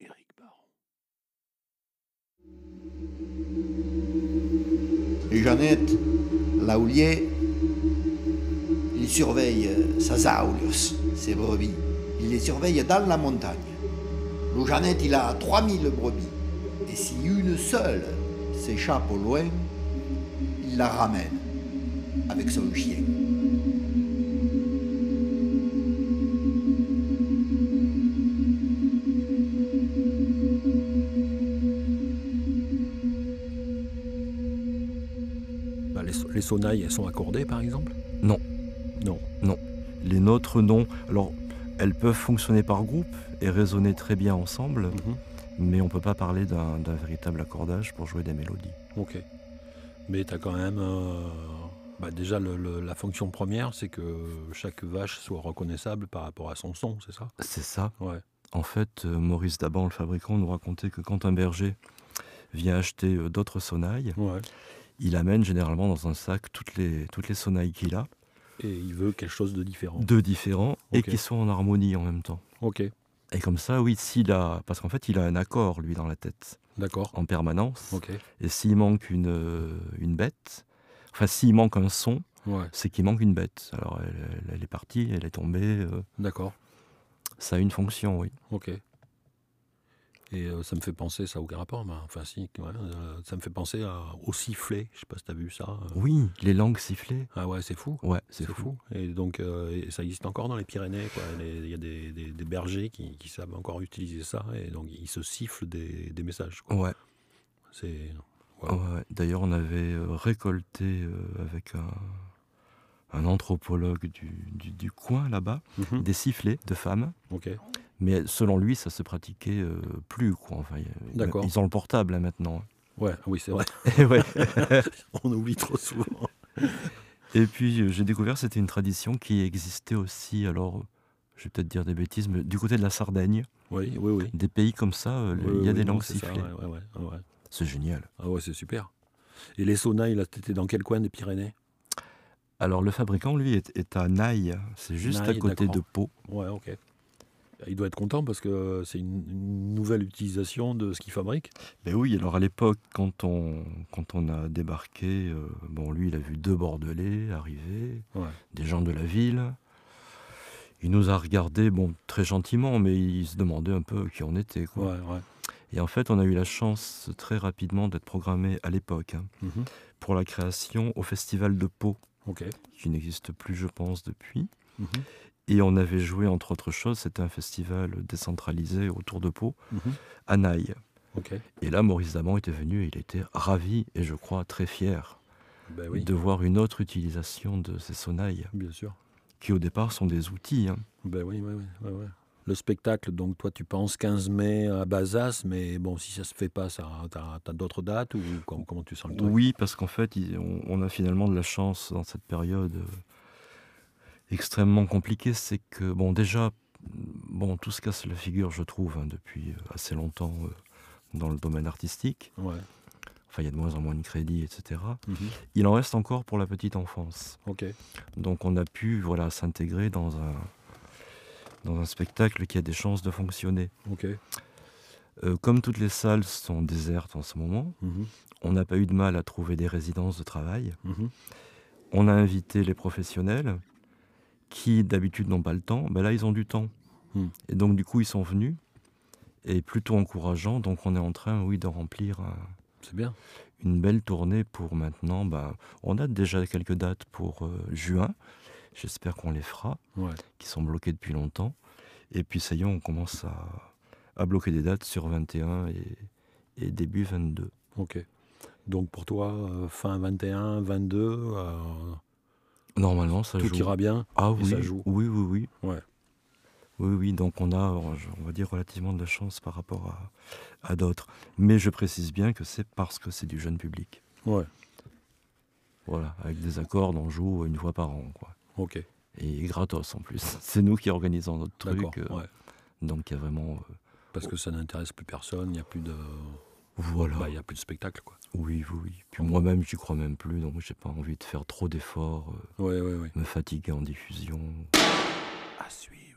Éric Baron. Jeannette, l'aoulier, il surveille ses aulios, ses brebis. Il les surveille dans la montagne. Le Jeannette, il a 3000 brebis. Et si une seule s'échappe au loin, il la ramène avec son chien. Bah, les, les sonnailles, elles sont accordées, par exemple Non. Non. Les nôtres, non. Alors, elles peuvent fonctionner par groupe et résonner très bien ensemble, Mhm. mais on peut pas parler d'un d'un véritable accordage pour jouer des mélodies. Ok. Mais tu as quand même. euh, bah, déjà, le- le- la fonction première, c'est que chaque vache soit reconnaissable par rapport à son son, c'est ça C'est ça. Ouais. En fait, euh, Maurice Daban, le fabricant, nous racontait que quand un berger vient acheter euh, d'autres sonnailles, Ouais. il amène généralement dans un sac toutes les, toutes les sonnailles qu'il a, Et il veut quelque chose de différent. deux différents, et Ok. qui sont en harmonie en même temps. Ok, Et comme ça, oui, s'il a... Parce qu'en fait, il a un accord, lui, dans la tête, d'accord. en permanence. Ok. Et s'il manque une, euh, une bête, enfin, s'il manque un son, Ouais, c'est qu'il manque une bête. Alors, elle, elle- elle est partie, elle est tombée, euh, d'accord. ça a une fonction, oui. Ok. Et euh, ça me fait penser, ça a aucun rapport, mais enfin si, ouais, euh, ça me fait penser à, au sifflet. Je sais pas si t'as vu ça. euh. Oui, les langues sifflées. Ah ouais, c'est fou. Ouais, c'est C'est fou. fou. Et donc, euh, et ça existe encore dans les Pyrénées. quoi. Les- Il y a des, des- des bergers qui, qui savent encore utiliser ça. Et donc, ils se sifflent des, des messages. quoi. Ouais. Oh. C'est Ouais, ouais. D'ailleurs, on avait euh, récolté euh, avec un, un anthropologue du, du- du coin là-bas Mhm. des sifflets de femmes. OK. Mais selon lui, ça se pratiquait euh, plus. Quoi. Enfin, il y a- D'accord. Ils ont le portable là, maintenant. Ouais, ah oui, c'est vrai. Et, ouais. On oublie trop souvent. Et puis, euh, j'ai découvert que c'était une tradition qui existait aussi. Alors, euh, je vais peut-être dire des bêtises, mais du côté de la Sardaigne, Oui, oui, oui. des pays comme ça, euh, le- il Oui, y a oui, des non, langues c'est ça, sifflées. ouais, ouais, ouais, ouais. C'est génial. Ah ouais, c'est super. Et les sonnailles, là, t'étais dans quel coin des Pyrénées Alors, le fabricant, lui, est, est à Naï. C'est juste à Naï, côté de d'accord. Pau. Ouais, ok. Il doit être content parce que c'est une, une nouvelle utilisation de ce qu'il fabrique. Ben oui, alors à l'époque, quand on, quand on a débarqué, euh, bon, lui, il a vu deux Bordelais arriver, Ouais. des gens de la ville. Il nous a regardés, bon, très gentiment, mais il se demandait un peu qui on était. Quoi. Ouais, ouais. Et en fait, on a eu la chance très rapidement d'être programmé à l'époque hein, Mhm. pour la création au Festival de Pau, Ok. qui n'existe plus, je pense, depuis. Mhm. Et on avait joué, entre autres choses, c'était un festival décentralisé autour de Pau, Mhm. à Naï. Ok. Et là, Maurice Daman était venu et il était ravi et je crois très fier Ben oui, de voir une autre utilisation de ces sonnailles, bien sûr. qui au départ sont des outils. hein. Ben oui, oui, oui, oui, oui. Le spectacle, donc toi tu penses 15 mai à Bazas, mais bon, si ça se fait pas, ça, t'as, t'as d'autres dates ou com- comment tu sens le truc Oui, parce qu'en fait, il- on, on a finalement de la chance dans cette période euh, extrêmement compliquée, c'est que, bon, déjà, bon, tout se casse la figure, je trouve, hein, depuis euh, assez longtemps euh, dans le domaine artistique. Ouais. Enfin, il y a de moins en moins de crédits, etc. Mhm. Il en reste encore pour la petite enfance. Ok. Donc on a pu voilà s'intégrer dans un dans un spectacle qui a des chances de fonctionner. Ok. Euh, comme toutes les salles sont désertes en ce moment, Mhm. on n'a pas eu de mal à trouver des résidences de travail. Mhm. On a invité les professionnels qui d'habitude n'ont pas le temps, ben là ils ont du temps. Hmm. Et donc du coup ils sont venus et plutôt encourageant. Donc on est en train oui de remplir un- C'est bien. une belle tournée pour maintenant. Ben, on a déjà quelques dates pour euh, juin. J'espère qu'on les fera Ouais. qui sont bloqués depuis longtemps. Et puis ça y est, on commence à, à bloquer des dates sur 21 et, et début 22. Ok. Donc pour toi, euh, fin 21, 22, euh, Normalement, ça tout joue. ira bien. Ah et oui, ça joue. oui, oui, oui. Ouais. Oui, oui, donc on a, on va dire, relativement de la chance par rapport à, à d'autres. Mais je précise bien que c'est parce que c'est du jeune public. Ouais. Voilà, avec des accords, on joue une fois par an, quoi. Ok. Et gratos en plus. C'est nous qui organisons notre D'accord. truc. euh, ouais. Donc il y a vraiment... euh, Parce que ça n'intéresse plus personne. Il n'y a plus de. voilà. bah, il y a Ah plus de spectacle quoi. Oui, oui, oui. Puis moi-même, j'y crois même plus, donc j'ai pas envie de faire trop d'efforts, euh, Ouais, ouais, ouais. me fatiguer en diffusion. À suivre.